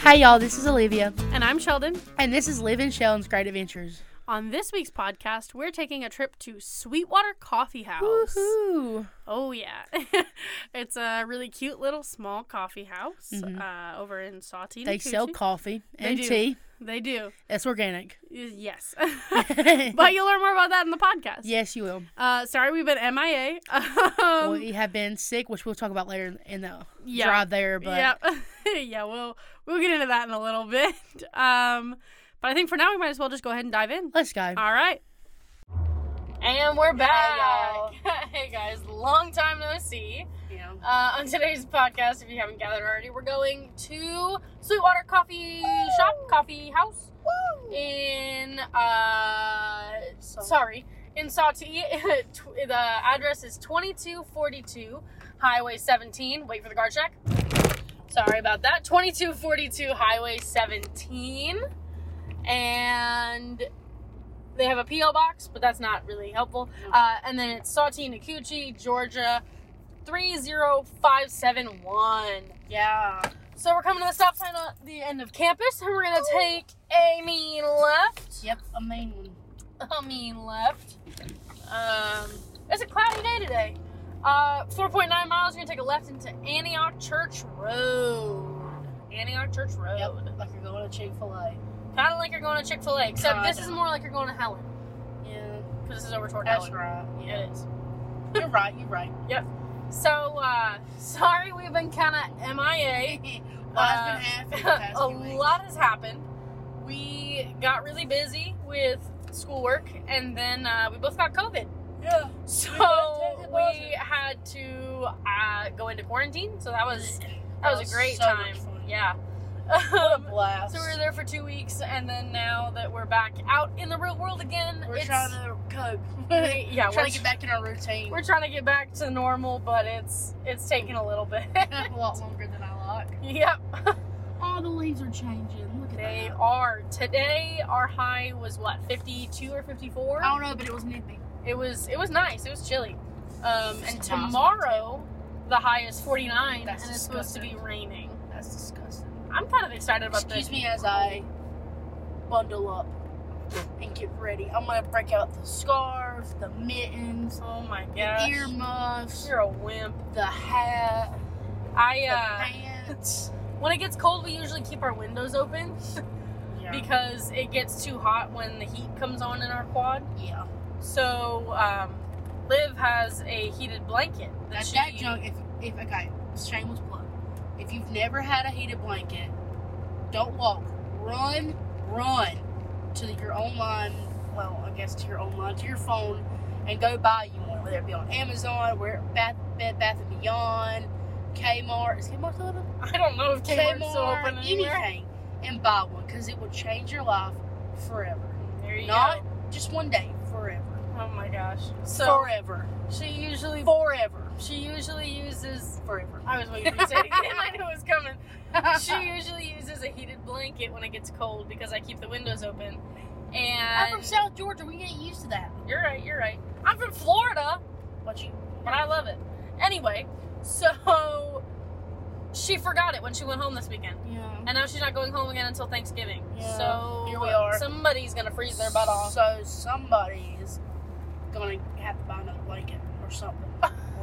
Hi, y'all. This is Olivia, And I'm Sheldon. and this is Live and Sheldon's Great Adventures. On this week's podcast, we're taking a trip to Sweetwater Coffee House. Woohoo! Oh, yeah. it's a really cute little small coffee house uh, over in Sautina. Mm-hmm. They sell Coochie. coffee and do. tea. They do. That's organic. Y- Yes. but you'll learn more about that in the podcast. Yes, you will. Uh, sorry, we've been MIA. um, we have been sick, which we'll talk about later in the Yeah. drive there. But yeah. yeah, we'll, we'll get into that in a little bit. Um, but I think for now, we might as well just go ahead and dive in. let's go. All right. And we're back. Hey guys, long time no see. Yeah. Uh, on today's podcast, if you haven't gathered already, we're going to Sweetwater Coffee Shop, Coffee House in uh, sorry, in Sautee. Tw- the address is 2242 Highway 17. Wait for the guard check. Sorry about that. 2242 Highway 17. And they have a P.O. box, but that's not really helpful. Uh, and then it's Sautee, Nakuchi, Georgia, 30571. Yeah. So we're coming to the stop sign at the end of campus, and we're going to take a mean left. Yep. A main one. I mean left. Um, it's a cloudy day today. Uh, 4.9 miles. You're gonna take a left into Antioch Church Road. Antioch Church Road. Like you're going to Chick Fil A. Kind of like you're going to Chick Fil A, except this is Kinda. more like you're going to Helen, Yeah. because this is over toward Helen. right. Yeah, it is. You're right. You're right. So, uh, sorry we've been kind of MIA. Uh, a lot has happened. We got really busy with schoolwork, and then uh, we both got COVID. Yeah. So we had to uh, go into quarantine. So that was that was a great time. Yeah. Um, blast. so we were there for two weeks, and then now that we're back out in the real world again, it's to cope. we- yeah, we're, tr- back in our routine. we're trying to get back to normal, but it's it's taking a little bit. a lot longer than I like. yep, All the leaves are changing. Look at they that. are. Today our high was what fifty two or fifty four. I don't know, but it was nippy. It was it was nice. It was chilly. Um, and It's awesome. tomorrow, the high is 49, That's and it's supposed to be disgusting. raining. That's disgusting. I'm kind of excited about Excuse this. me as I bundle up and get ready. I'm gonna break out the scarf, the mittens, Oh my gosh, the earmuffs, you're a wimp. the hat, I the uh, pants. when it gets cold, we usually keep our windows open Yeah. because it gets too hot when the heat comes on in our quad. yeah. So um, Liv has a heated blanket that That, she that junk, if, if, okay, shameless plug. If you've never had a heated blanket, don't walk. Run, run to your online, well, I guess to your online, to your phone, and go buy you one, whether it be on Amazon, where Bath, Bed Bath and Beyond, Kmart, is Kmart still open? I don't know if Kmart's still open anywhere. anything, and buy one, because it will change your life forever. There you Not go. just one day, forever. Oh my gosh. So forever. she usually Forever. she usually uses Forever. I was waiting for you to say it again. I knew it was coming. She usually uses a heated blanket when it gets cold because I keep the windows open. I'm from And South Georgia. We get used to that. you're right, you're right. I'm from Florida, What you? but I love it. Anyway, so she forgot it when she went home this weekend. Yeah. And now she's not going home again until Thanksgiving. Yeah, So here we are. somebody's gonna freeze their butt off. So somebody is gonna have to buy another blanket or something,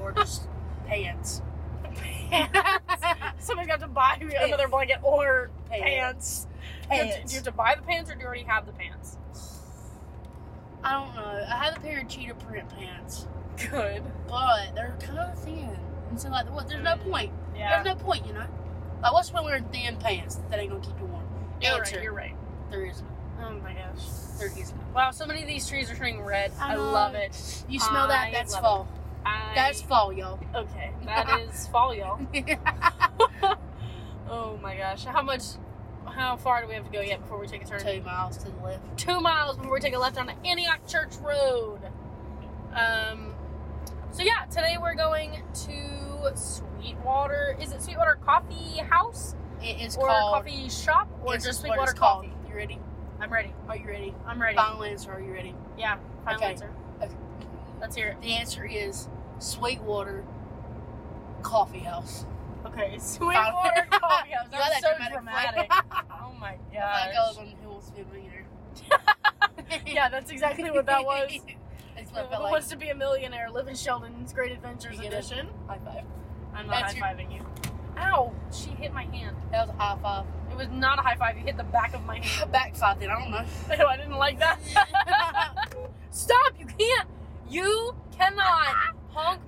or just pants. Somebody's got to buy you another blanket or Pants. pants. You have to- do you have to buy the pants or do you already have the pants? I don't know. I have a pair of cheetah print pants, Good. but they're kind of thin, and so like, what? There's no point. Mm. Yeah. There's no point, you know. Like, what's the point wearing thin pants that ain't gonna keep you warm? You're Answer. right. You're right. There isn't. Oh my gosh. Uh-huh. There isn't. Wow, so many of these trees are turning red. I I, know. love it. You smell that? I That's love it. fall. I, That's fall, y'all. okay. That is fall, y'all. Oh my gosh, how much? How far do we have to go yet before we take a turn? Two miles to the left. Two miles before we take a left on Antioch Church Road. Um. So yeah, today we're going to Sweetwater. Is it Sweetwater Coffee House It is or called. Coffee Shop or it's just what Sweetwater it's called. Coffee? You ready? I'm ready. Are you ready? I'm ready. Final answer. Are you ready? Yeah. Final Okay. answer. Okay. Let's hear it. The answer is Sweetwater Coffee House. Okay, Sweetwater Coffee House. Yeah, That's that so dramatic. dramatic. oh my I gosh. thought I was on who will spin later. yeah, that's exactly what that was. That's Who what I felt like. wants to be a millionaire? Live in Sheldon's Great Adventures You get it. edition. High five. I'm not That's your- high fiving you. Ow! She hit my hand. That was a high five. It was not a high five. You hit the back of my hand. Back five then, I don't know. Ew, I didn't like that. Stop! You can't. You cannot honk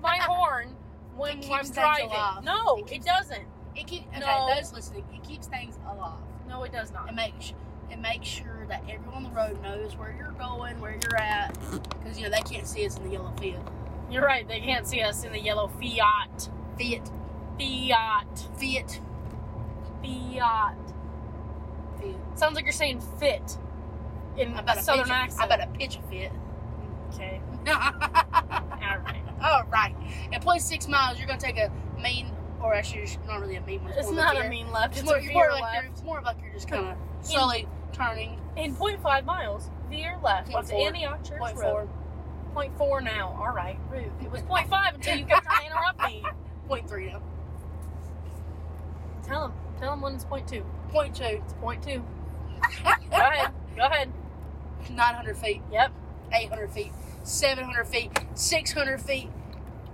my horn when It keeps I'm things driving. alive. No, It it, keeps- doesn't. It keep, okay, No. those listening, it keeps things alive. No, it does not. It makes it makes sure that everyone on the road knows where you're going, where you're at, because you know they can't see us in the yellow field. You're right. They can't see us in the yellow Fiat. Fiat, Fiat. Fiat, Fiat. Fiat. Sounds like you're saying fit in I a bet southern pitch, accent. I bet a pitch a fit. Okay. All All right. right. At plus six miles, you're gonna take a mean, or actually, it's not really a mean one. It's more not like a you're- mean left. It's, It's, more, a you're veer more like left. you're, it's more like you're just kind of slowly turning. In 0.5 miles, veer left. Point It's four. Antioch Church Point Road. four, 0.4 now. All right. Rude. It was 0.5 until you kept trying to interrupt me. point three now, Tell him. Tell him when it's 0.2. point two, It's 0.2. Go ahead. Go ahead. nine hundred feet. Yep. 800 feet, 700 feet, 600 feet,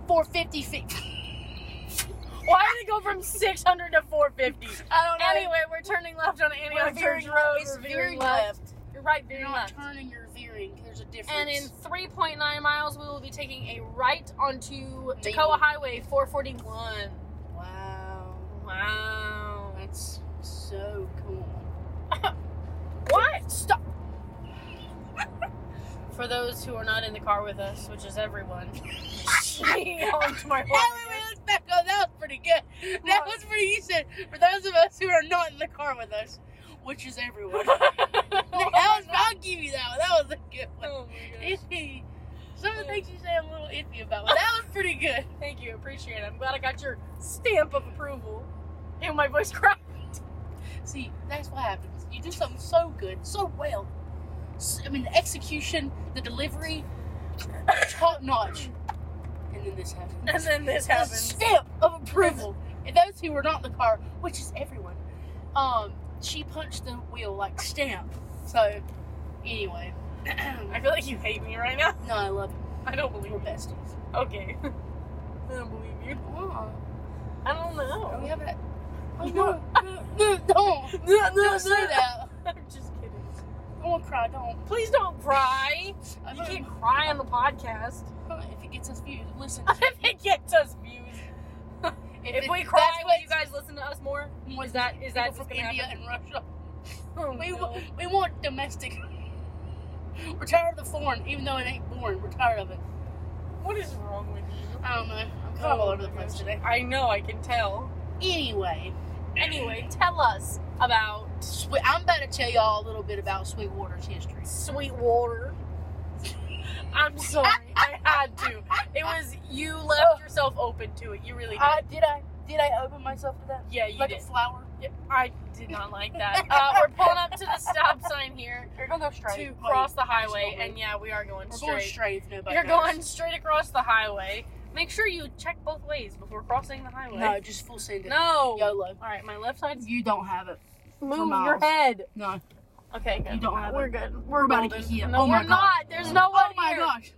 450 feet. Why did it go from 600 to 450? I don't Anyway, we're turning left on Antioch Church veering Road. left. It's We're veering veering left. left. You're right, You're veering not left. turning, you're veering. There's a difference. And in 3.9 miles, we will be taking a right onto Tacoma Maybe. Highway 441. wow, Wow. that's so cool. What? Stop. For those who are not in the car with us, which is everyone, she honked my Anyway, horn. let's back up. That was pretty good. That What? was pretty decent for those of us who are not in the car with us, which is everyone. that was, I'll give you that one. That was a good one. Oh my gosh. Some of the things you say, I'm a little iffy about, but that was pretty good. Thank you, appreciate it. I'm glad I got your stamp of approval. And my voice cracked. See, that's what happens. You do something so good, so well. S- I mean, the execution, the delivery, top notch. And then this happens. And then this The happens. stamp of approval. And those who were not in the car, which is everyone, um, she punched the wheel like stamp. So, anyway. I feel like you hate me right now. no, I love you. I don't believe We're it. besties. Okay. I don't believe you. Oh, I don't are we know. having a- Oh, No. no, no, no, don't. Don't say that. I'm just kidding. I won't cry, don't. Please don't cry. I You don't- can't cry on the podcast. If it gets us views, listen. if it gets us views. If it- we cry, that's will what- you guys listen to us more? Is that is that people from just gonna India happen? and Russia? Oh, We, no. wa- we want domestic. We're tired of the foreign, even though it ain't born. We're tired of it. What is wrong with you? I don't know. I'm kind of all over the my place gosh. today. I know. I can tell. Anyway, Anyway, tell us about Swe- I'm about to tell y'all a little bit about Sweetwater's history. Sweetwater. I'm sorry. I had to. It was you left yourself open to it. You really did. Uh, did Oh. I did I open myself to that? yeah, you like did. a flower. I did not like that. Uh, we're pulling up to the stop sign here You're gonna go straight to Like, cross the highway, Absolutely. and yeah, we are going We're straight. going straight. If nobody You're knows. going straight across the highway. Make sure you check both ways before crossing the No, highway. just full send it. No. YOLO. All right, my left side's You don't have it. move your miles. head. No, Okay, good. you don't have We're it. good. We're about to Golden. get hit. No, oh my we're god. not. There's no one Oh my here. gosh.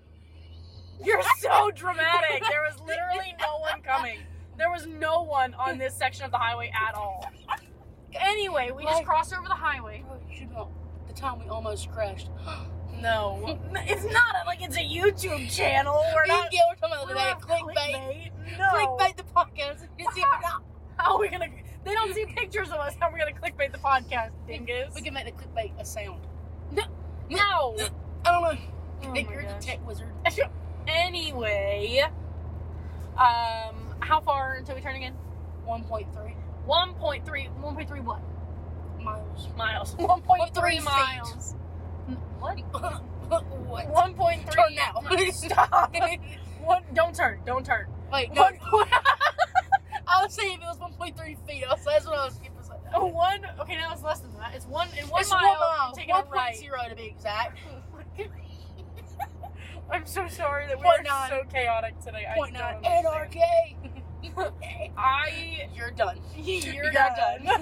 You're so dramatic. There was literally no one coming. There was no one on this section of the highway at all. Anyway, we just Like- crossed over the highway. Bro, you know the time we almost crashed. No, it's not a, like it's a YouTube channel. We're We not. get what we're talking we're about not today. Clickbait. clickbait. No. Clickbait the podcast. You see, we're not- How are we gonna? They don't see pictures of us. How are we gonna clickbait the podcast, dingus? We can make the clickbait a sound. no. I don't know. Oh my Nick, you're the gosh. tech wizard. Anyway, um, how far until we turn again? 1.3 1.3, 1.3 what? miles. Miles. 1.3 1.3 miles. N- What? what? 1.3. Turn now. Stop. One, don't turn. Don't turn. Wait, no. One, one, I was saying if it was 1.3 feet. I was, that's what I was skipping. oh, one. Okay, now it's less than that. It's one. In one it's mile. One Taking mile. a right. 1.0 to be exact. I'm so sorry that we Point are nine. so chaotic today. I Point still nine. don't understand. NRK. I it. You're done. You're, done. done.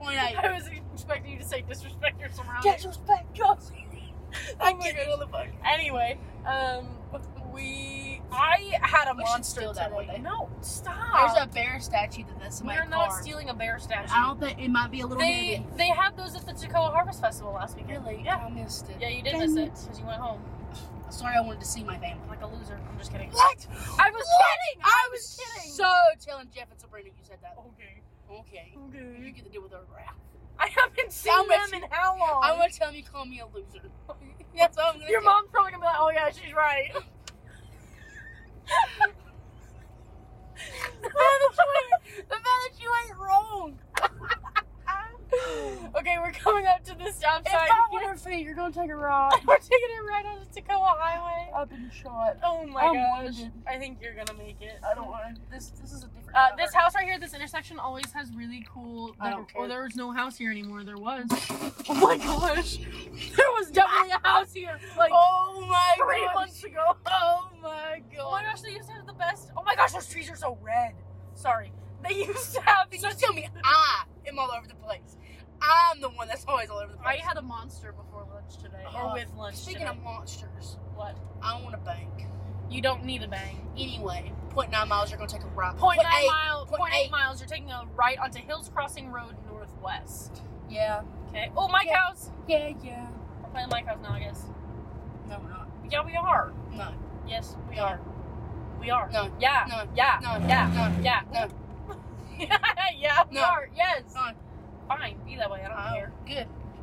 Point out. I was expecting you to say disrespect your surroundings. Disrespect us. I get it on the book. Anyway, um, we I had a We should monster steal that today. one day. No, stop. There's a bear statue that that's in my We're not car. stealing a bear statue. I don't think it might be a little they movie. they had those at the Tacoma Harvest Festival last weekend. Really? Yeah. I missed it. Yeah, you did Dang miss it it. because you went home Sorry, I wanted to see my family. like a loser. I'm just kidding. What? I was What? kidding. I was kidding. Oh. So telling Jeff and Sabrina you said that. okay. Okay. You Okay. get to deal with her crap. I haven't seen How much- them in how long? I'm gonna tell him you call me a loser. That's all I'm gonna Your do. mom's probably gonna be like, "Oh yeah, she's right." the, fact that you ain't, the fact that you ain't wrong. okay, we're coming up to the stop If sign. I win her feet, you're gonna take a ride. we're taking it right on the Tacoma Highway. I've been shot. Oh my I'm gosh! wounded. I think you're gonna make it. I don't want this. This is a different. Uh, this house right here, this intersection always has really cool. I Like, don't oh, care. there was no house here anymore. There was. oh my gosh! There was definitely a house here. Like oh my three gosh. months ago. Oh my god. Oh my gosh, they used to have the best. Oh my gosh, those trees are so red. Sorry. They used to have these. So tell me, I am all over the place. I'm the one that's always all over the I place. had a monster before lunch today. Uh, or with lunch Speaking today. of monsters, what? I want a bank. You don't need a bang. Anyway, point nine miles, you're gonna take a ride. Point Point nine eight. mile, point point eight eight. miles, you're taking a right onto Hills Crossing Road Northwest. Yeah. Okay. Oh, Mike Yeah. House. Yeah, yeah. We're playing Mike House now, I guess. No, we're not. Yeah, we are. No, Yes, we No. are. We are. no, Yeah. no, Yeah. no, Yeah. no. Yeah. No. yeah, we No. are. Yes. No. Fine. Be that way. I don't Oh, care. Good,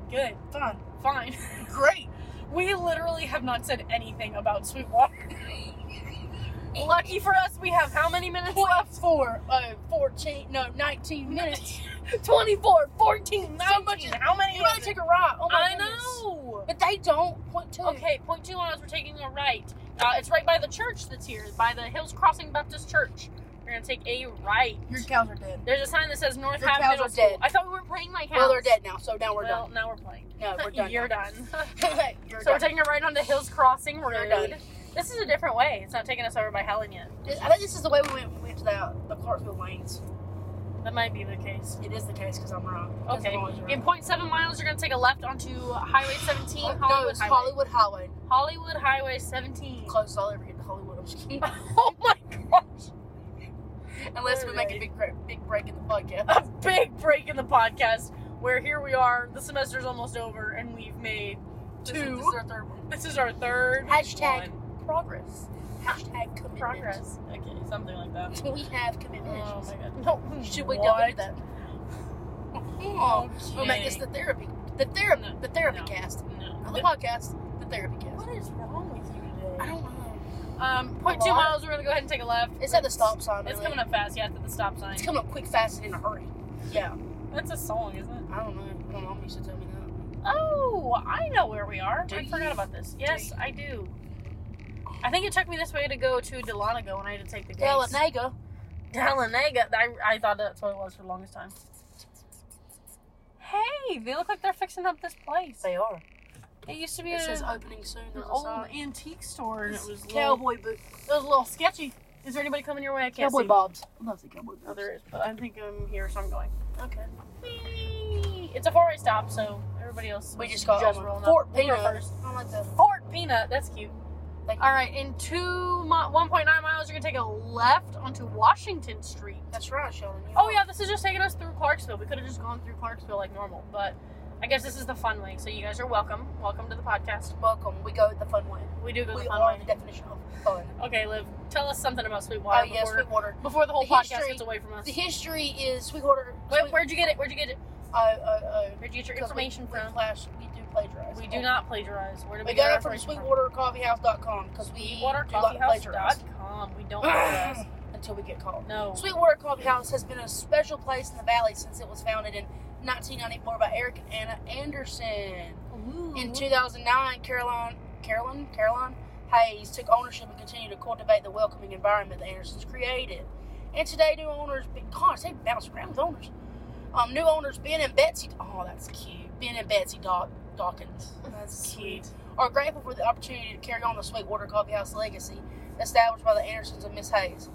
Good. fun, Fine. great. We literally have not said anything about Sweetwater. Lucky for us, we have how many minutes Point left? four, uh, fourteen, no, nineteen minutes. 24, 14, So 19. much is- how many? You gotta is take it? a ride. Oh my I goodness. know. But they don't. Point two. Okay, point two on us, we're taking a right. Uh, it's right by the church that's here, by the Hills Crossing Baptist Church. We're gonna take a right. Your cows are dead. There's a sign that says North Your Half cows Middle are School. dead. I thought we were playing my house. Well, they're dead now, so now we're Well, done. now we're playing. No, we're done. You're now. done. You're so done. we're taking a right onto Hills Crossing Road. You're done. This is a different way. It's not taking us over by Helen yet. I think this is the way we went, we went to the, the Clarksville lanes. That might be the case. It is the case because I'm wrong. 'Cause Okay. I'm always wrong. In 0.7 miles, you're going to take a left onto Highway 17, Oh, no, Hollywood it's Highway. Hollywood Highway. Hollywood Highway 17. Close all ever get to Hollywood. I'm just kidding. oh my gosh. Unless we make a Alright. big gra- big break in the podcast. A big break in the podcast where here we are, the semester's almost over, and we've made This is- two. This is our third one. This is our third Hashtag one. progress. Hashtag commitment. progress. Okay, something like that. We have commitment Oh issues. my god. No, Should we delve what? into that? Oh, Okay. we'll make this the therapy, the therapy, No, the therapy no. cast, No. not the podcast, the therapy cast. What is wrong with you today? I don't know. Um, point two lot. miles. We're gonna go ahead and take a left. It's at the stop sign. It's really. coming up fast. Yeah, it's at the stop sign. It's coming up quick, fast, and in a hurry. Yeah. That's a song, isn't it? I don't know. My mom used to tell me that. Oh, I know where we are. Do I you? forgot about this. Yes, you? I do. I think it took me this way to go to Delanago when I had to take the gas. Talladega. Dahlonega. I, I thought that's what it was for the longest time. Hey, they look like they're fixing up this place. They are. It used to be It a- says opening soon. an There's a old sign. antique store, and it was a little, cowboy boot. it was a little sketchy. Is there anybody coming your way? I can't Cowboy see. bobs. I love the cowboy Oh, bobs. there is, but I think I'm here, so I'm going. Okay. It's a four-way stop, so everybody else. We just got on rolling up. Fort We were Peanut. first. I like that. Fort Peanut. That's cute. Thank you. All right, in two mi- one point nine miles, you're gonna take a left onto Washington Street. That's right, Sheldon. you Oh are. yeah, this is just taking us through Clarksville. We could have just gone through Clarksville like normal, but I guess this is the fun way. So you guys are welcome. Welcome to the podcast. Welcome. We go the fun way. We do go We the fun are the way. definition of fun. Okay, Liv, tell us something about Oh Sweetwater yes, before, Sweetwater. before the whole The podcast history- gets away from us. The history is Sweetwater. Where, where'd you get it? Where'd you get it? Uh, uh, uh, Where'd you get your because we- information we, from? flash- we do plagiarize. We do not plagiarize. Where do we, We got get it from our information SweetwaterCoffeehouse.com because we do not plagiarize SweetwaterCoffeehouse.com. We don't plagiarize. until we get called. No. Sweetwater Coffee House has been a special place in the valley since it was founded in 1994 by Eric and Anna Anderson. Mm-hmm. In 2009, Caroline, Carolyn, Caroline Hayes took ownership and continued to cultivate the welcoming environment the Andersons created. And today, new owners, gosh, they bounce around with owners. Um, new owners Ben and Betsy. Oh, that's cute. Ben and Betsy Daw- Dawkins. That's Sweet. Are grateful for the opportunity to carry on the Sweetwater Coffee House legacy established by the Andersons and Miss Hayes.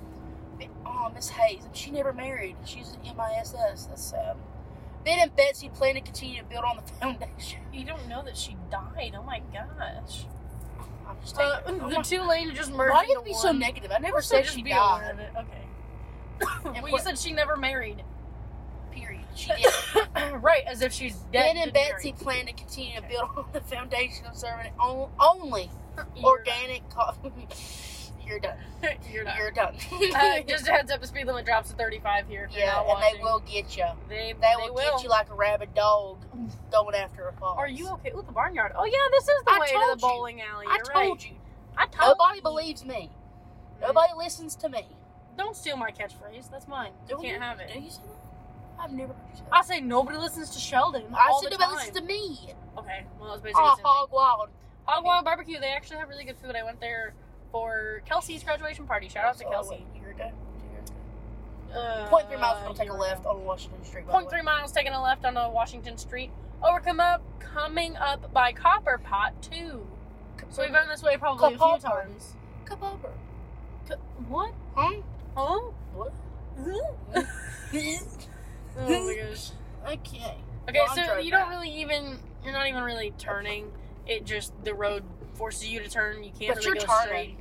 Oh, Miss Hayes. She never married. She's an MISS. That's sad. Ben and Betsy plan to continue to build on the foundation. You don't know that she died. Oh my gosh. I'm just Uh, taking- I'm the not- two lanes just merged. Why do you into be one. so negative? I never Or said just she be aware died. of it. Okay. And well, you what- said she never married. Period. She did. right, as if she's dead. Ben and didn't Betsy plan to continue to Okay. build on the foundation of serving on- only marry. You're organic coffee. You're done. not- You're not. You're done. Uh, just a heads up, the speed limit drops to 35 here. If you're yeah, not and they watching. will get you. They, They, will, get you like a rabid dog going after a fox. Are you okay? Ooh, the barnyard. Oh yeah, this is the I way to told the you. bowling alley. I You're right. told you. I told Nobody you. believes me. Right. Nobody listens to me. Don't steal my catchphrase. That's mine. You Do can't have it. Do you say that? I've never heard you say I that. say nobody listens to Sheldon. I all said the nobody time. listens to me. Okay, well, it's basically Oh, the same thing. hog wild. Hog Wild Barbecue. They actually have really good food. I went there for Kelsey's graduation party. Shout out to So, Kelsey. wait, You're done. You're done. Uh, Point three miles. We'll take a you're left right. on Washington Street. by the Point way. three miles, taking a left on uh, Washington Street. Overcome up, coming up by Copper Pot Two. So we've been this way probably a Copper few Pot. times. Cup over. Co- What? Huh? Huh? What? oh my gosh. okay. Okay, Long so drive you don't back. really even you're not even really turning. It just the road forces you to turn. You can't But really you're go turning. straight.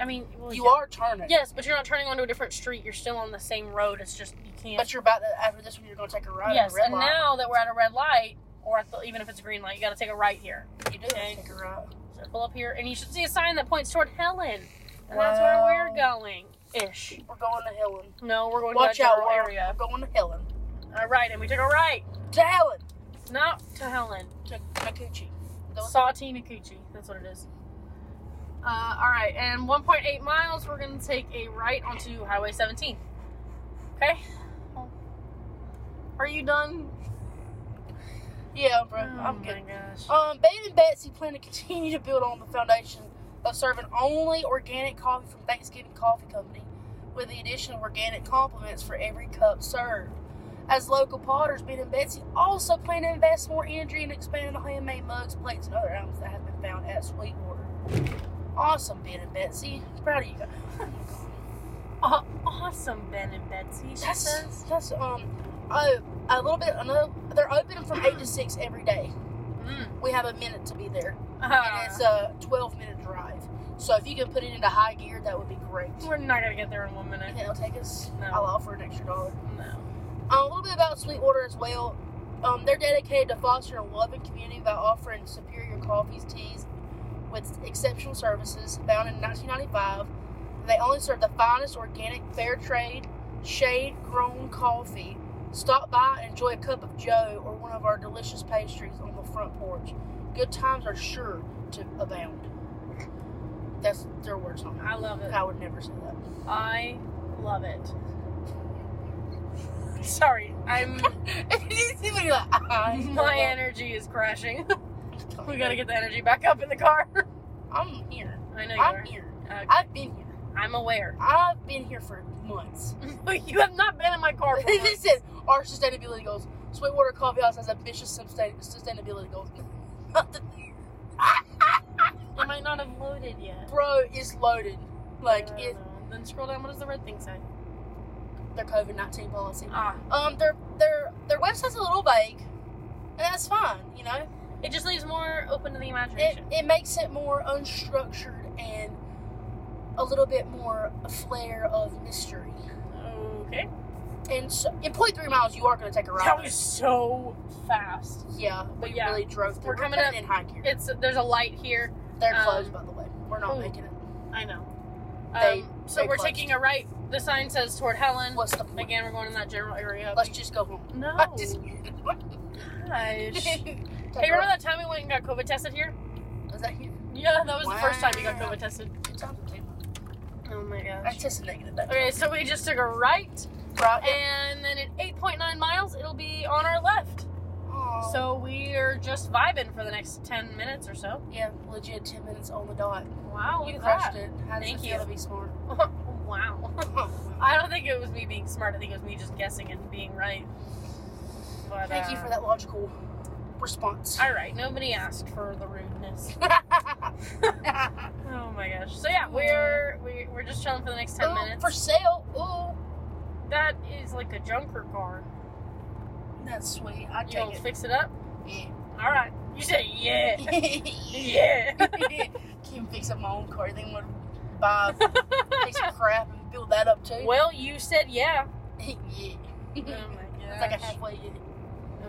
I mean, well, You yeah. are turning. Yes, but you're not turning onto a different street. You're still on the same road. It's just you can't. But you're about to, after this one, you're going to take a right. yes, at a red and light. now that we're at a red light, or I thought- even if it's a green light, you got to take a right here. you do Okay. take a right. So pull up here, and you should see a sign that points toward Helen, and that's where we're Wow. going. Ish. We're going to Helen. No, we're going Watch to that out, general we're, area. we're going to Helen. All right, and we took a right, To Helen. not to Helen. To Nakuchi. Salty Nakuchi. That's what it is. Uh, all right, and 1.8 miles, we're going to take a right onto Highway 17. Okay? Are you done? Yeah, bro. Hmm. I'm good. Oh gosh. Um, Ben and Betsy plan to continue to build on the foundation of serving only organic coffee from Thanksgiving Coffee Company, with the addition of organic compliments for every cup served. As local potters, Ben and Betsy also plan to invest more energy in expanding the handmade mugs, plates, and other items that have been found at Sweetwater. Awesome, Ben and Betsy. Proud of you guys. Aw- oh, awesome, Ben and Betsy, she That's, says. that's um, oh, a little bit. Another, they're open from eight to six every day. Mm. We have a minute to be there. Uh, and it's a 12 minute drive. So if you can put it into high gear, that would be great. we're not going to get there in one You minute. think it'll take us? No. I'll offer an extra dollar. No. Um, a little bit about Sweetwater as well. Um, they're dedicated to fostering a loving community by offering superior coffees, teas, with exceptional services. Founded in 1995, they only serve the finest organic, fair trade, shade grown coffee. Stop by, and enjoy a cup of Joe or one of our delicious pastries on the front porch. Good times are sure to abound. That's their words, not mine. I love it. I would never say that. I love it. Sorry, I'm. my energy is crashing. we gotta get the energy back up in the car. I'm here. I know you I'm are. here. Okay. I've been here. I'm aware. I've been here for months. you have not been in my car for this says our sustainability goals. Sweetwater Coffee House has ambitious sustain- sustainability goals. Uh, It might not have loaded yet. Bro is loaded. Like I don't it, know. Then scroll down. What does the red thing say? their COVID nineteen policy. Ah, Um, their their their website's a little vague, and that's fine. You know, it just leaves more open to the it imagination. it makes it more unstructured and a little bit more a flair of mystery. okay. And so, in point three miles, you are going to take a ride. That was so fast. Yeah, But we yeah, really drove through. we're coming up- in high gear. It's there's a light here. They're um, closed, by the way. We're not ooh. making it. I know. Um, They- so they we're closed. taking a right. The sign says toward Helen. What's the point? Again, we're going in that general area. Let's just go home. no. I just- Gosh. Oh. hey, Take remember a- that time we went and got COVID tested here? Was that here? Yeah, that was the first time you got Wow. COVID tested. Two times or two? Oh my gosh. I tested negative that Okay, so we just took a right, Right. and then at 8.9 miles, it'll be on our left. Aw. So we are just vibing for the next 10 minutes or so. yeah, legit ten minutes on the dot. Wow, you look crushed at it. How does Thank it you. feel to be smart? that. wow. I don't think it was me being smart. I think it was me just guessing and being right. But, Thank you uh, for that logical response. All right, nobody asked for the rudeness. Oh my gosh. So yeah, we're we, we're just chilling for the next ten Ooh, minutes. For sale. that is like a junker car. Ooh, that's sweet. I You take gonna it. fix it up? Yeah. All right. You say yeah, yeah. yeah. Can't fix up my own car. They want to buy a piece of crap and build that up too. well, you said yeah. yeah. Oh my gosh. It's like a halfway.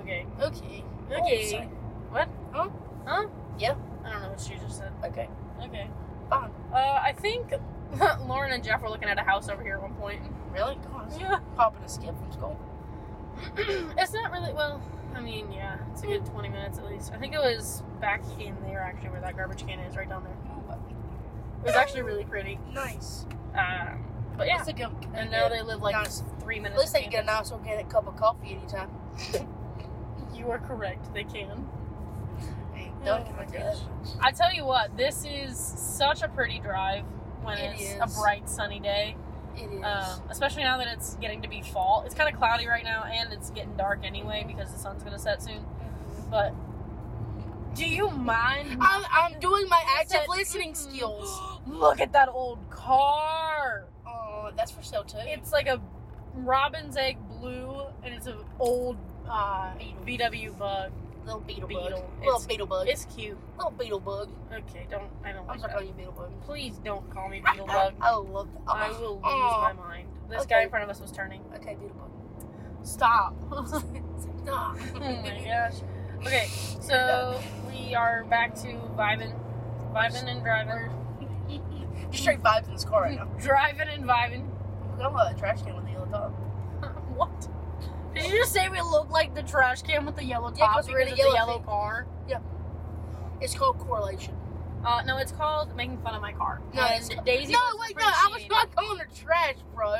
okay. Okay. Oh, Okay. What? Huh? Huh? Yeah. I don't know what she just said. Okay. Okay. Fine. Uh, I think Lauren and Jeff were looking at a house over here at one point. Really? God, it's popping a skip from school. it's not really well. I mean, yeah, it's a good twenty minutes at least. I think it was back in there actually, where that garbage can is, right down there. It was actually really pretty. Nice. Um, but yeah, That's a good. and now they live like Nice. three At minutes. least they can get a nice organic cup of coffee anytime. You are correct. They can. Hey, Oh don't my give me gosh. that. I tell you what, this is such a pretty drive when It it's is. a bright sunny day. It is. Um, especially now that it's getting to be fall. It's kind of cloudy right now, and it's getting dark anyway because the sun's gonna set soon. But do you mind? I'm, I'm doing my active Said, listening "Mm-mm." skills. Look at that old car. Oh, that's for sale too. It's like a robin's egg blue, and it's an old uh, Beetle. VW bug. little beetle, beetle. bug. It's- Little beetle bug. It's cute. little beetle bug. Okay, don't. I don't I'm like sorry, call that. you beetle bug. Please don't call me beetle bug. I love that. I will lose Aw. my mind. This guy Oh. Okay. in front of us was turning. Okay, beetle bug. Stop. Nah. oh my gosh. Okay, so we are back to vibing, vibing and driving, Just straight vibes in this car right now. driving and vibing. We got a lot of trash can with the yellow top. what? Did you just say we look like the trash can with the yellow top Yeah, 'cause we're in because a it's a yellow yellow thing. car? It's called correlation. Uh, no, it's called making fun of my car. No, And it's called- Daisy. no, must wait, no, I was appreciate it. not calling her trash, bro.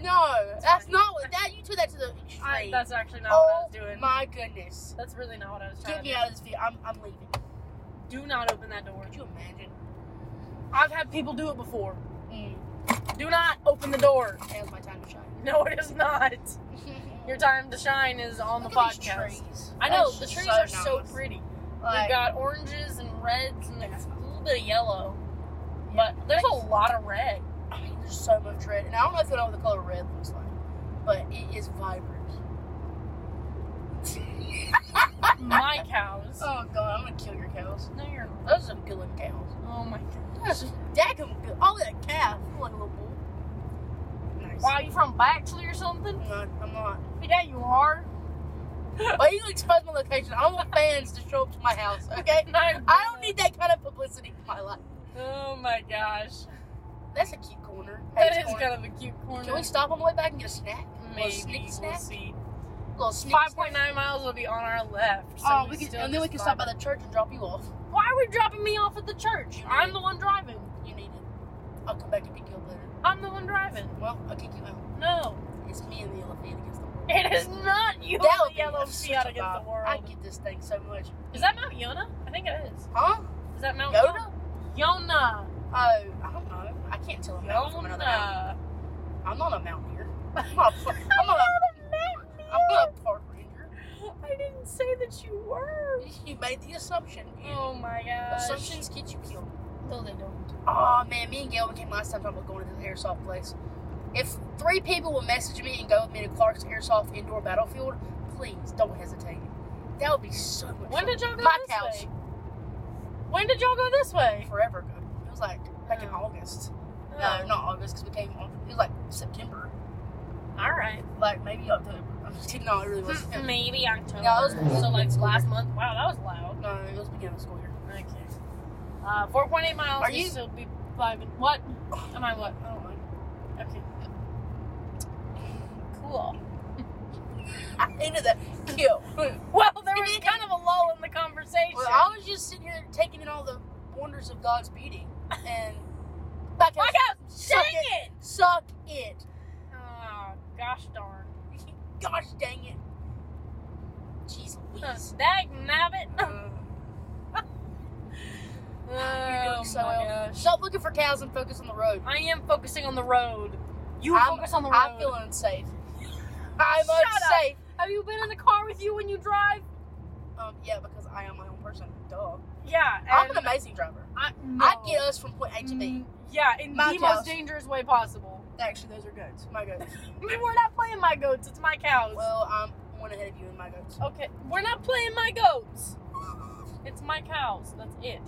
No, It's that's fine. not what that. You took that to the extreme. I, that's actually not oh what I was doing. my goodness! that's really not what I was Get trying me to out of this video. I'm, I'm leaving. do. Do not open that door. Could you imagine? I've had people do it before. Mm, Do not open the door. that was my time to shine. No, it is not. Your time to shine is on Look the at these podcast. trees. I know That's the trees so are so nice. pretty. Like, We've got oranges and reds and like a little bit of yellow, yeah. but there's a lot of red. I mean, there's so much red, and I don't know if you know what the color red looks like, but it is vibrant. My cows. Oh god, I'm gonna kill your cows. No, you're. Those are some good looking cows. Oh my god. That's daggum good. Oh, that calf. I'm like a little bull. Nice. Why are you from Bachelor or something? I'm not. I'm not. Yeah, you are. Why you gonna expose my location? I don't want fans to show up to my house, okay? I don't need that kind of publicity in my life. Oh my gosh. That's a cute corner. That Hey, is corner. kind of a cute corner. Can we stop on the way back and get a snack? Maybe Little sneak we'll snack? see. little sneak Five point nine miles will be on our left. So Oh, we can, still and then we just can stop by vibe. the church and drop you off. Why are we dropping me off at the church? I'm the one driving. You need it. I'll come back and pick you up later. I'm the one driving. Well, I'll kick you out. No, It's me and the elephant against the world. it is not you. that and would the be yellow such Fiat a against the vibe. world. I get this thing so much. Is that Mount Yona? I think it is. Huh? Is that Mount Yoda? Yona? Oh, I don't know. I can't tell a mountain from another mountain. Yona. I'm not a mountaineer. I'm not a, par- I'm not a, I'm not a park ranger. I didn't say that you were. You made the assumption. and Oh my gosh. Assumptions get you killed. No, they don't. Oh man, me and Gail came last time talking about going to the airsoft place. If three people will message me and go with me to Clark's Airsoft Indoor Battlefield, please don't hesitate. That would be so much When fun. did y'all go My this couch. way? When did y'all go this way? Forever ago. It was like back in Oh. August. No, not August because we came on. It was like September. All right. Hmm, Like maybe October. I'm just kidding. No, it really was. no, Maybe October. Yeah, it was- so like last month. Wow, that was loud. it was beginning of school year. Okay. Uh, four point eight miles. Are we you- still be vibing? What? Am I what? I don't know. Okay. Cool. I hated that. Kill. well, Well, there was kind of a lull in the conversation. I was just sitting here taking in all the wonders of God's beauty and back My out. God, Suck dang it! Suck it. Oh, gosh darn. Gosh dang it. Jeez Louise. Dag nabbit. Uh, You're Oh, doing so my well. gosh. uh, Stop looking for cows and focus on the road. I am focusing on the road. You I'm- focus on the road. I feel unsafe. I'm Oh Shut up. unsafe. Have you been in the car with you when you drive? Um, yeah, because I am my own person. Duh. Yeah, I'm and an amazing driver. I, I no. get us from point A to B. Mm, Yeah, in My the cows. most dangerous way possible. Actually, those are goats. My goats. I mean, we're not playing my goats. It's my cows. well, I'm one ahead of you in my goats. okay, we're not playing my goats. It's my cows. That's it.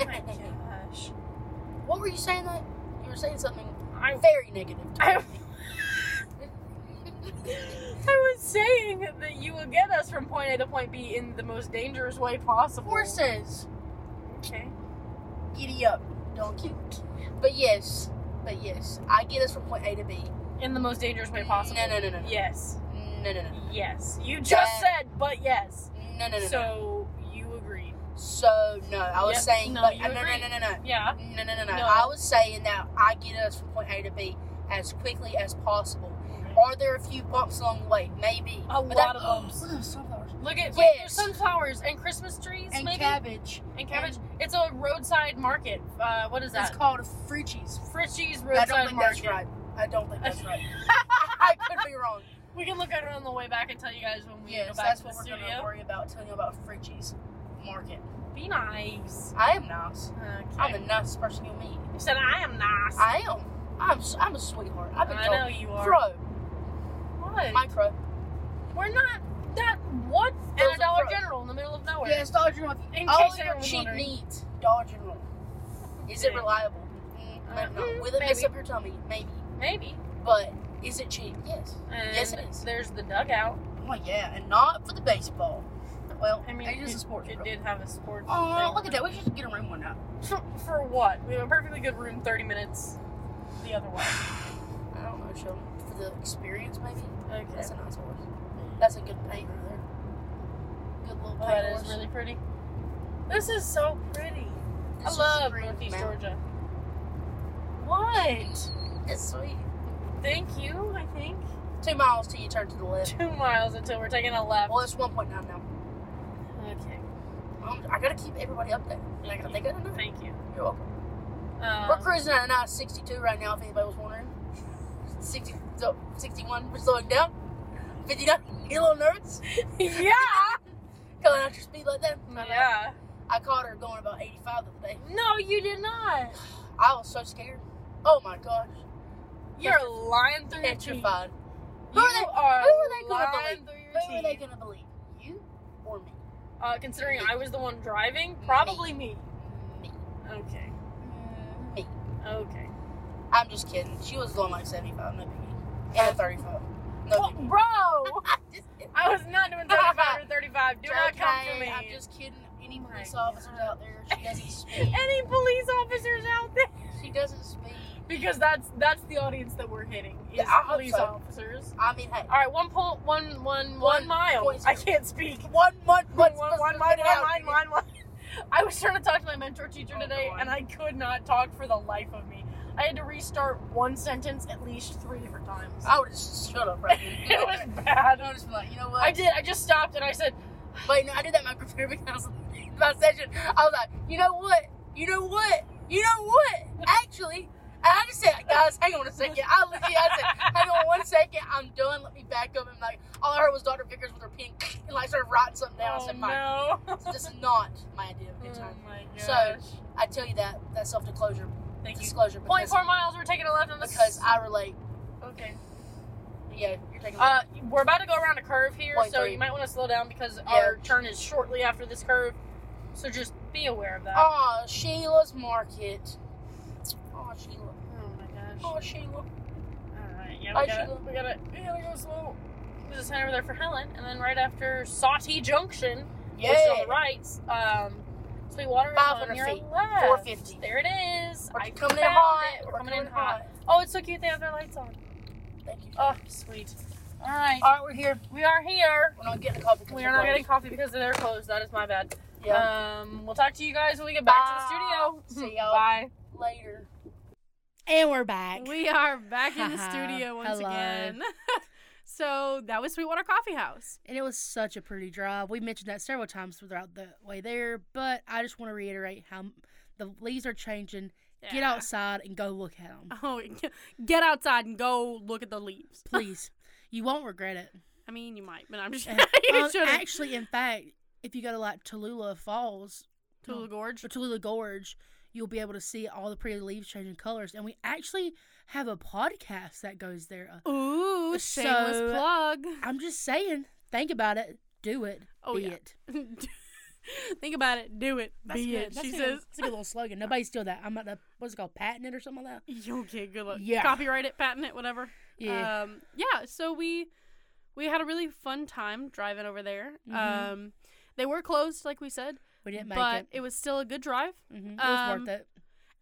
Oh My gosh. What were you saying? That you were saying something I, very negative. To me. I, I was saying that you will get us from point A to point B in the most dangerous way possible. Horses, Okay. giddy up, donkey. But yes, but yes, I get us from point A to B. In the most dangerous way possible. No, no, no, no, no. Yes. No, no, no, no, Yes. You just That- said, but yes. no, no, no. no. so you agree. so no, I was Yep, saying, no, but, you no, no, no, agree. no, no, no. Yeah. No, no, no, no. No. I was saying that I get us from point A to B as quickly as possible. Are there a few bumps along the way? Maybe. A But lot that- of bumps. Look at those sunflowers. Look at wait, Yes. there's sunflowers and Christmas trees, And maybe, cabbage. and cabbage. it's a roadside market. Uh, what is that? It's called free cheese. Fritchie's I roadside don't think market. that's right. I don't think that's right. I could be wrong. We can look at it on the way back and tell you guys when we Yes, go back that's to the what we're going to studio. worry about. Telling you about free cheese market. Be nice. I am nice. Okay. I'm the nicest person you'll meet. you said I am nice. I am. I'm. s- I'm a sweetheart. I've been I told. know you are. Crow. What? My crow. we're not that. What? It was And a a Dollar crow. General in the middle of nowhere. Yes, Dollar General. In All case of your anyone was cheap wondering. needs, Dollar General. Is it Okay. reliable? Mm, Uh, maybe mm, not. Will it mess maybe. up your tummy? Maybe. Maybe. But is it cheap? Yes. And Yes, it is. There's the dugout. Oh yeah, and not for the baseball. Well, I mean, it is a sports. It did have a sports. Oh, thing. look at that. We should get a room one night. For, for what? We have a perfectly good room, 30 minutes the other way. I don't know, show for the experience maybe. Okay. That's a nice horse. That's a good paint right there. Good little paint Oh, That is horse. really pretty. This is so pretty. It's I just love green Northeast mountain. Georgia. What? It's sweet. Thank you, I think. Two miles till you turn to the left. Two miles until we're taking a left. Well, it's one point nine now. Okay. Um, I gotta keep everybody up there. I gotta think I don't know. Thank you. You're welcome. Um, We're cruising at a nice 62 right now, if anybody was wondering. 60, so 61, we're slowing down. 59, you little nerds. yeah. Going out your speed like that. Yeah. I caught her going about 85 the other day. No, you did not. I was so scared. Oh my gosh. You're lying through your teeth. Petrified. Who You are they- are who are they gonna lying believe? through your Who are they teeth. going to believe? You or me? Uh, considering Me. I was the one driving, probably me. Me. Okay. Me. Okay. I'm just kidding. She was going like 75, no biggie. And a 35. No Oh, biggie. bro, Just- I was not doing 35 or 35. Do It's not come okay. for me. Oh I'm just kidding. Any My police officers God. out there, she doesn't speak. Any police officers out there? she doesn't speak. Because that's that's the audience that we're hitting is Yeah, I hope police so. officers. I mean, hey, All right, one point one one one One mile. point I zero. can't speak. one month, One one one one one one one. I was trying to talk to my mentor teacher Oh, today, God. and I could not talk for the life of me. I had to restart one sentence at least three different times. I would just shut up right It now. was I bad. noticed, like, you know I what? did. I just stopped and I said, Wait, no, I did that in my computer because I was in my session. I was like, you know what? You know what? You know what? Actually, and I just said, guys, hang on a second. I legit, I said, hang on one second. I'm done. Let me back up. And like, all I heard was Dr. Vickers with her pen and like started writing something down. I "Oh said, my, no!" this is not my idea of a good Oh time. my gosh. So, I tell you that that self disclosure Thank you. disclosure Point because, four miles. We're taking a left on the because I relate. okay. Yeah, you're taking. Uh, we're about to go around a curve here, Point so three. you might want to slow down because Yeah. our turn is shortly after this curve. So just be aware of that. Aw, Sheila's Market. Aw, Sheila. Oh my gosh. Aw, Sheila. Alright, yeah, I we gotta, should- we gotta, we gotta go slow. We'll just head over there for Helen, and then right after Sauty Junction, which is on Yeah. the right, um, Sweetwater is on 500 your feet. left. 450. There it is. We're I coming in found hot. it. We're coming in hot. Oh, it's so cute they have their lights on. Thank you. Oh, sweet. Alright, All right, we're here. we are here. We're not getting a coffee. 'cause We we're are not getting closed. coffee because they're closed. That is my bad. Yeah. Um, we'll talk to you guys when we get back to the studio. See y'all. Bye. Later. And we're back. We are back in the Haha. studio once Hello. again. so that was Sweetwater Coffee House. and it was such a pretty drive. We mentioned that several times throughout the way there, but I just want to reiterate how m- the leaves are changing. Get Yeah. outside and go look at them. Oh, get outside and go look at the leaves. Please. you won't regret it. I mean, you might, but I'm just Uh, you um, shouldn't. actually, in fact, if you go to like Tallulah Falls To No. the gorge. or Tallulah Gorge, you'll be able to see all the pretty leaves changing colors. And we actually have a podcast that goes there. Ooh, shameless So- plug. I'm just saying, think about it, do it, Oh, be yeah. it. Think about it. Do it. That's be good. it. That's she a good- says. that's a good little slogan. Nobody steal that. I'm about to what's it called, patent it or something like that. Okay, good luck. Yeah. Copyright it, patent it, whatever. Yeah, Um, yeah. So we we had a really fun time driving over there. Mhm. Um, they were closed, like we said, we didn't make but it. it was still a good drive. hmm It was um, worth it.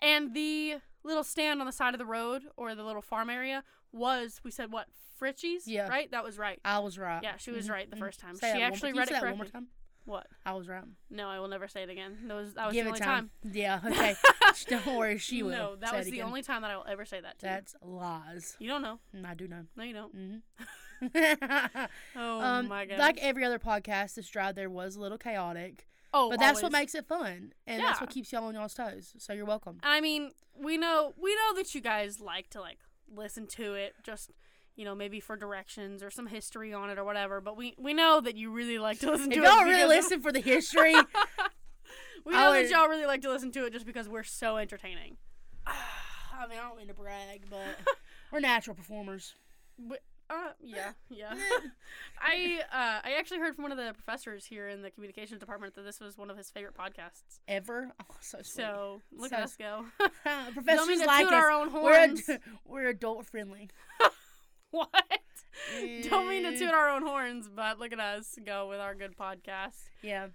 And the little stand on the side of the road or the little farm area was, we said, what Fritchie's, Yeah. right? That was right. I was right. Yeah, she was Mhm, right the mhm. first time. Say that she one more- actually can you read say it that correctly. one more time. What? I was right. No, I will never say it again. That was that was Give it the only time. time. Yeah. Okay. Don't worry, she will. No, that Say it was the again. only time that I will ever say that to That's lies. you. You don't know. Mm, I do know. No, you don't. Mm-hmm. Oh my god. Like every other podcast, this drive there was a little chaotic, oh, but that's what always. makes it fun, and that's what Yeah. keeps y'all on y'all's toes. So you're welcome. I mean, we know we know that you guys like to like listen to it, just you know maybe for directions or some history on it or whatever. But we we know that you really like to listen If to y'all it. really because- listen for the history, we I know would- that y'all really like to listen to it just because we're so entertaining. I mean, I don't mean to brag, but we're natural performers. Uh, yeah, yeah. I uh, I actually heard from one of the professors here in the communications department that this was one of his favorite podcasts. Ever, oh, so sweet. So look So- at us go. Don't mean Professors to like toot us. our own we're, ad- horns. we're adult friendly. what? Don't mean to toot our own horns, but look at us go with our good podcast. Yeah,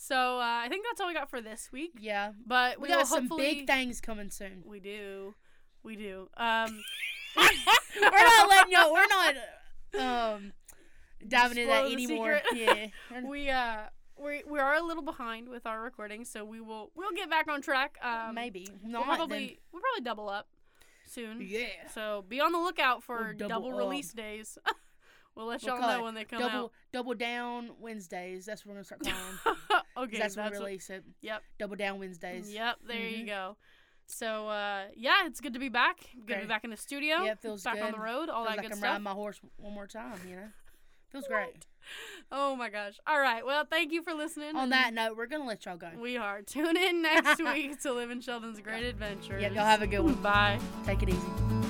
So uh, I think that's all we got for this week. yeah. But Mm-hmm. We, we, will got some hopefully- big things coming soon. We do, we do. Um, we're not letting y'all. We're not um diving into Spoil that the anymore. Yeah, we're not- we uh, we we are a little behind with our recording, so we will we'll get back on track. Um, maybe we'll not. probably then. we'll probably double up soon. Yeah. So be on the lookout for We'll double double, up. release days. we'll let We'll y'all call know it when they come double double down Wednesdays. That's what we're gonna start calling. 'em. 'Cause out. okay, that's when we what- release it. yep. Double down Wednesdays. Yep, there you Mhm. go. So uh, yeah, it's good to be back. Good to Great. be back in the studio. Yeah, it feels back on the good. road, all Feels that like good I'm stuff. riding my horse one more time. You know, feels great. Oh my gosh. All right. Well, thank you for listening. On and that note, we're gonna let y'all go. we are. Tune in next week to Live in Sheldon's Great Adventures. Yeah, y'all have a good one. Bye. Take it easy.